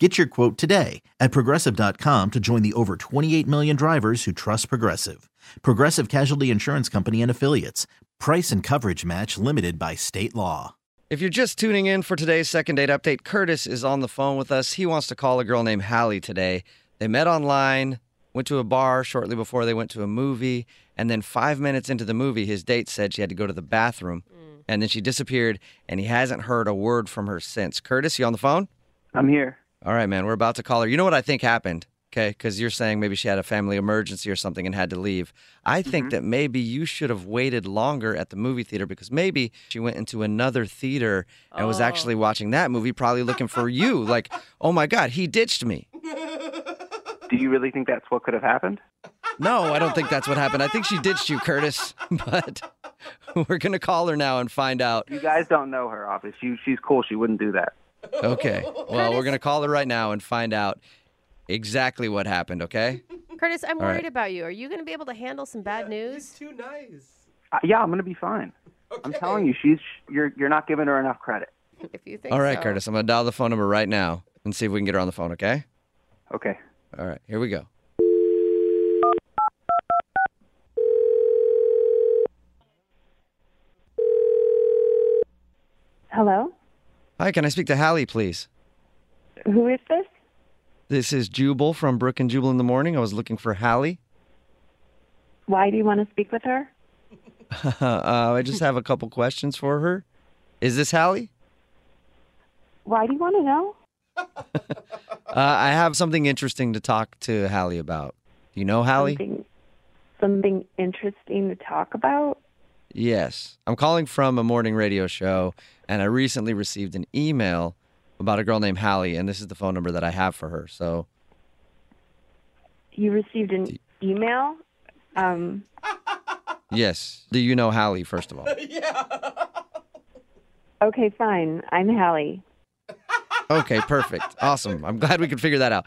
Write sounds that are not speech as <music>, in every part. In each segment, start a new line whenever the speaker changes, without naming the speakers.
Get your quote today at progressive.com to join the over 28 million drivers who trust Progressive. Progressive Casualty Insurance Company and Affiliates. Price and coverage match limited by state law.
If you're just tuning in for today's second date update, Curtis is on the phone with us. He wants to call a girl named Hallie today. They met online, went to a bar shortly before they went to a movie, and then five minutes into the movie, his date said she had to go to the bathroom, and then she disappeared, and he hasn't heard a word from her since. Curtis, you on the phone?
I'm here.
All right, man, we're about to call her. You know what I think happened? Okay, because you're saying maybe she had a family emergency or something and had to leave. I think that maybe you should have waited longer at the movie theater because maybe she went into another theater and was actually watching that movie, probably looking for you. Like, oh my God, he ditched me.
Do you really think that's what could have happened?
No, I don't think that's what happened. I think she ditched you, Curtis. <laughs> But we're going to call her now and find out.
You guys don't know her, obviously. She, she's cool. She wouldn't do that.
Okay, well, we're going to call her right now and find out exactly what happened, okay?
Curtis, I'm
All right.
worried about you. Are you going to be able to handle some bad news? <laughs>
too <laughs> nice.
Uh, yeah, I'm gonna be fine. I'm telling you, she's you're you're not giving her enough credit.
If you think
All right,
so.
Curtis, I'm going to dial the phone number right now and see if we can get her on the phone, okay?
Okay.
All right, here we go.
Hello?
Hi, can I speak to Hallie, please?
Who is this?
This is Jubal from Brook and Jubal in the Morning. I was looking for Hallie. <laughs>
Why do you want to speak with her?
uh, I just have a couple questions for her. Is this Hallie?
Why do you want to know?
Uh, I have something interesting to talk to Hallie about. You know Hallie?
Something, something interesting to talk about?
Yes. I'm calling from a morning radio show, and I recently received an email about a girl named Hallie, and this is the phone number that I have for her. So,
You received an email? Um,
yes. Do you know Hallie, first
<laughs>
of all?
okay, fine. I'm Hallie.
Okay, perfect. Awesome. I'm glad we could figure that out.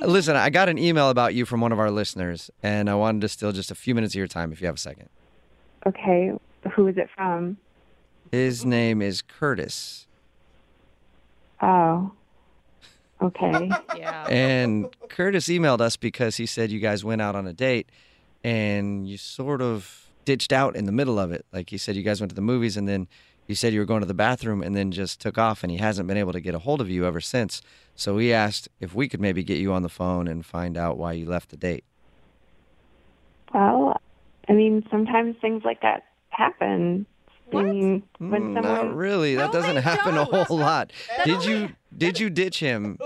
Listen, I got an email about you from one of our listeners, and I wanted to steal just a few minutes of your time if you have a second.
Okay, who is it from?
His name is Curtis.
Oh,
<laughs>
okay.
Yeah.
And Curtis emailed us because he said you guys went out on a date and you sort of ditched out in the middle of it. Like he said, you guys went to the movies and then you said you were going to the bathroom and then just took off, and he hasn't been able to get a hold of you ever since. So he asked if we could maybe get you on the phone and find out why you left the date.
well, I mean, sometimes things like that happen.
What?
I mean, when
Mm,
someone...
Not really. That
No,
doesn't
they
happen a
don't.
whole
<laughs>
lot. Did
only-
you did you ditch
<laughs>
him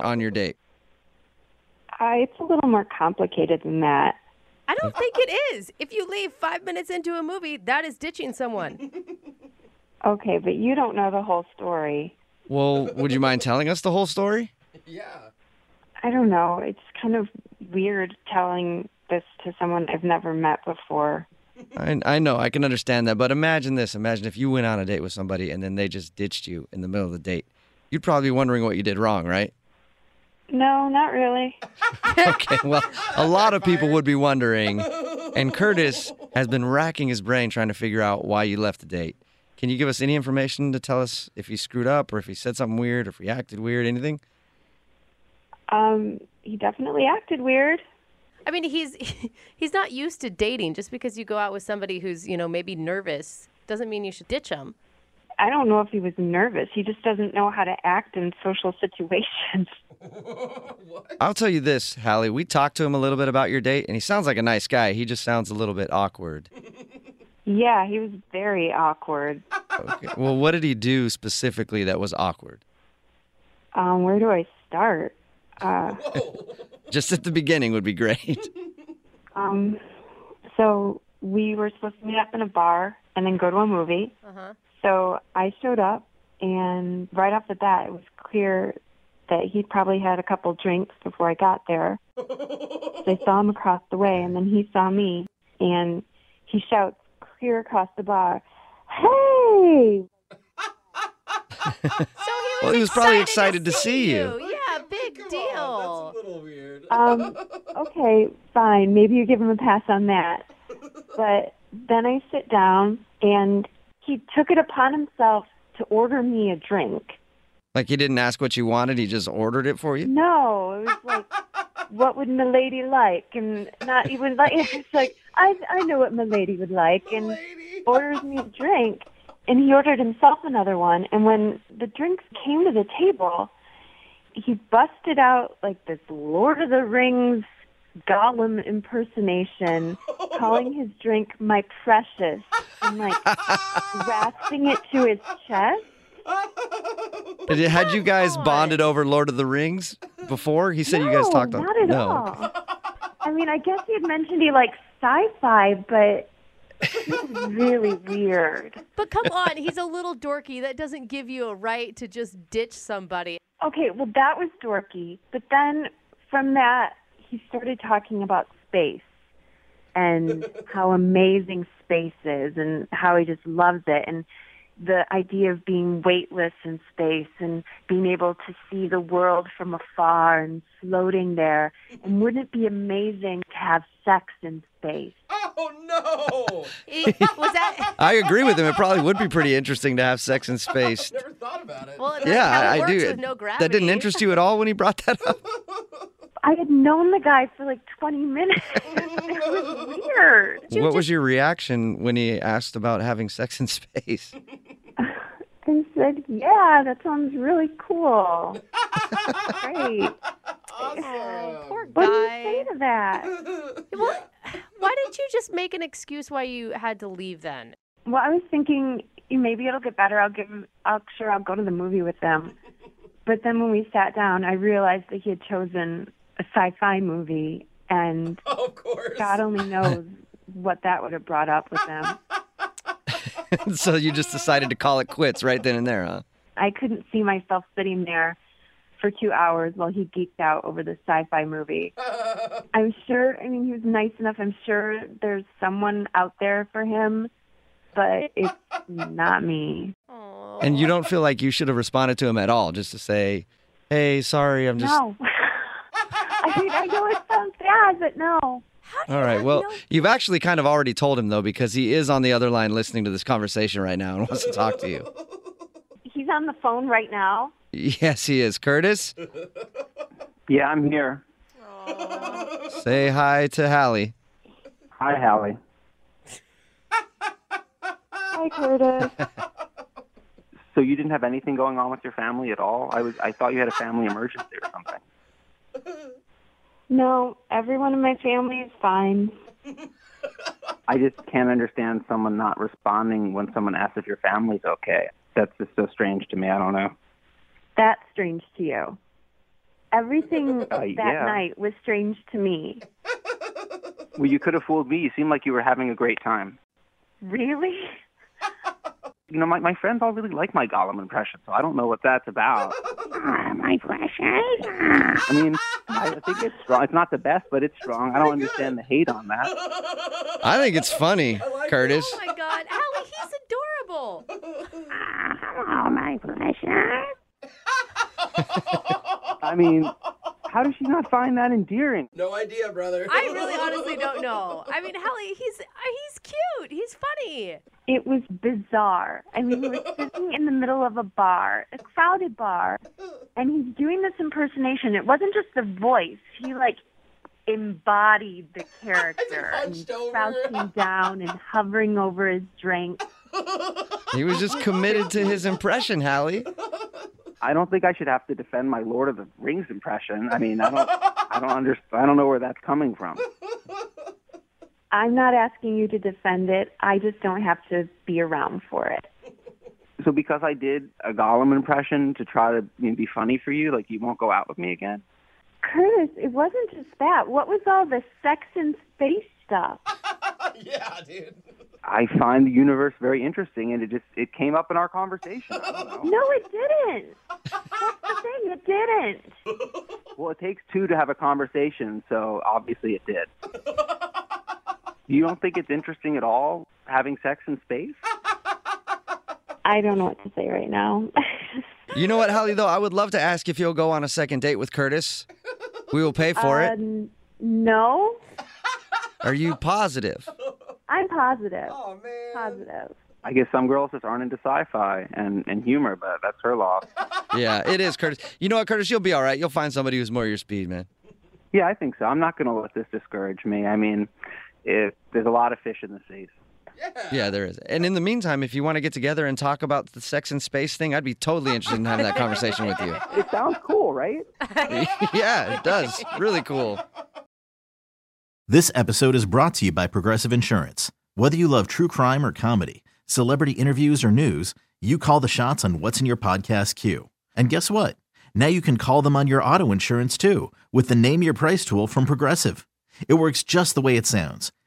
on your date?
I, uh, it's a little more complicated than that.
I don't think it is. If you leave five minutes into a movie, that is ditching someone.
Okay, but you don't know the whole story.
Well, would you mind telling us the whole story?
Yeah.
I don't know. It's kind of weird telling this to someone I've never met before.
I, I know I can understand that, but imagine this: imagine if you went on a date with somebody and then they just ditched you in the middle of the date. You'd probably be wondering what you did wrong, right?
No, not really.
Okay, well, a lot of people would be wondering. And Curtis has been racking his brain trying to figure out why you left the date. Can you give us any information to tell us if he screwed up or if he said something weird or if he acted weird, anything?
Um, he definitely acted weird.
I mean, he's <laughs> he's not used to dating. Just because you go out with somebody who's you know maybe nervous doesn't mean you should ditch them.
I don't know if he was nervous. He just doesn't know how to act in social <laughs> situations.
I'll tell you this, Hallie. We talked to him a little bit about your date, and he sounds like a nice guy. He just sounds a little bit awkward.
Yeah, he was very awkward.
Okay. Well, what did he do specifically that was awkward?
Um, where do I start? Uh,
Just at the beginning would be great. <laughs>
um, so we were supposed to meet up in a bar and then go to a movie.
Uh huh.
So I showed up, and right off the bat, it was clear that he'd probably had a couple drinks before I got there. So I saw him across the way, and then he saw me, and he shouts, clear across the bar. Hey!
So he was,
Well, he was probably excited to see you.
Yeah, big
Come
deal.
On, that's a little weird. <laughs>
Um, okay, fine. Maybe you give him a pass on that. But then I sit down, and he took it upon himself to order me a drink.
Like he didn't ask what you wanted, he just ordered it for you.
No, it was like, what would Milady like? And not even like, <laughs> it's like, I, I know what Milady would like, and
<laughs>
orders me a drink. And he ordered himself another one. And when the drinks came to the table, he busted out like this Lord of the Rings Gollum impersonation, calling his drink my precious, and like grasping it to his chest.
Oh,
Did you- had you guys
Come on.
bonded over Lord of the Rings before? He said you guys
No,
talked on.
Not at
no.
all. I mean, I guess he had mentioned he likes sci-fi,
<laughs>
but this is really weird.
But come on, he's a little dorky. That doesn't give you a right to just ditch somebody.
Okay, well that was dorky, but then from that he started talking about space and how amazing space is and how he just loves it and the idea of being weightless in space and being able to see the world from afar and floating there and wouldn't it be amazing to have sex in space?
Oh no!
<laughs>
It- was that?
I agree with him. It probably would be pretty interesting to have sex in
<laughs>
space.
Never thought about it.
Well, that's
yeah,
how it
I, I
works
do.
With no gravity.
that didn't interest you at all when he brought that up.
I had known the guy for like 20 minutes. <laughs> it was weird.
you
what was your reaction when he asked about having sex in
<laughs>
space?
and said, "Yeah, that sounds really cool. Great.
Oh, poor
What do you
guy.
say to that?"
Well, why didn't you just make an excuse why you had to leave then?
Well, I was thinking maybe it'll get better. I'll give him. I'll sure I'll go to the movie with them. But then when we sat down, I realized that he had chosen a sci-fi movie, and
<laughs> of course.
God only knows what that would have brought up with them.
so you just decided to call it quits right then and there, huh?
I couldn't see myself sitting there for two hours while he geeked out over this sci-fi movie. I'm sure. I mean, he was nice enough. I'm sure there's someone out there for him, but it's not me.
Oh,
And you don't feel like you should have responded to him at all, just to say, "Hey, sorry, I'm just."
No. <laughs> I mean, I know it sounds bad, but no.
All right. Well, you've actually kind of already told him though, because he is on the other line listening to this conversation right now and wants to talk to you.
He's on the phone right now.
Yes, he is. Curtis,
Yeah, I'm here.
say hi to Hallie.
Hi, Hallie.
Hi, Curtis.
So you didn't have anything going on with your family at all? I was I thought you had a family emergency or something.
No, everyone in my family is fine.
I just can't understand someone not responding when someone asks if your family's okay. That's just so strange to me. I don't know.
That's strange to you. Everything that
yeah.
night was strange to me.
Well, you could have fooled me. You seemed like you were having a great time.
Really?
You know, my, my friends all really like my Gollum impression, so I don't know what that's about.
Ah, <laughs> my precious.
I mean, I I think it's strong. It's not the best, but it's strong. I don't understand the hate on that.
I think it's funny, Curtis.
Oh my God, Allie, he's adorable.
Oh, my precious.
I mean, how does she not find that endearing?
<laughs> no idea, brother.
I really honestly don't know. I mean, Hallie, he's uh, he's cute. He's funny.
It was bizarre. I mean, he was sitting in the middle of a bar, a crowded bar, and he's doing this impersonation. It wasn't just the voice. He like embodied the character and
hunched over.
crouching down and hovering over his drink.
He was just committed to his impression, Hallie.
I don't think I should have to defend my Lord of the Rings impression. I mean, I don't, I don't understand. I don't know where that's coming from.
I'm not asking you to defend it. I just don't have to be around for it.
So because I did a Gollum impression to try to you know, be funny for you, like you won't go out with me again.
Curtis, it wasn't just that. What was all the sex and space stuff?
<laughs> yeah, dude.
I find the universe very interesting, and it just it came up in our conversation. I don't know.
No, it didn't. That's the thing. It didn't.
Well, it takes two to have a conversation, so obviously it did. You don't think it's interesting at all having sex in space?
I don't know what to say right now.
You know what, Holly, though? I would love to ask if you'll go on a second date with Curtis. We will pay for it.
<laughs> um, no,
Are you positive?
I'm positive.
Oh man.
Positive.
I guess some girls just aren't into sci-fi and, and humor, but that's her loss.
Yeah, it is, Curtis. You know what, Curtis? You'll be all right. You'll find somebody who's more your speed, man.
Yeah, I think so. I'm not going to let this discourage me. I mean, if there's a lot of fish in the sea.
Yeah.
Yeah, there is. And in the meantime, if you want to get together and talk about the sex and space thing, I'd be totally interested in having that conversation with you.
It sounds cool, right?
yeah, it does. Really cool.
This episode is brought to you by Progressive Insurance. Whether you love true crime or comedy, celebrity interviews or news, you call the shots on what's in your podcast queue. And guess what? Now you can call them on your auto insurance too with the Name Your Price tool from Progressive. It works just the way it sounds.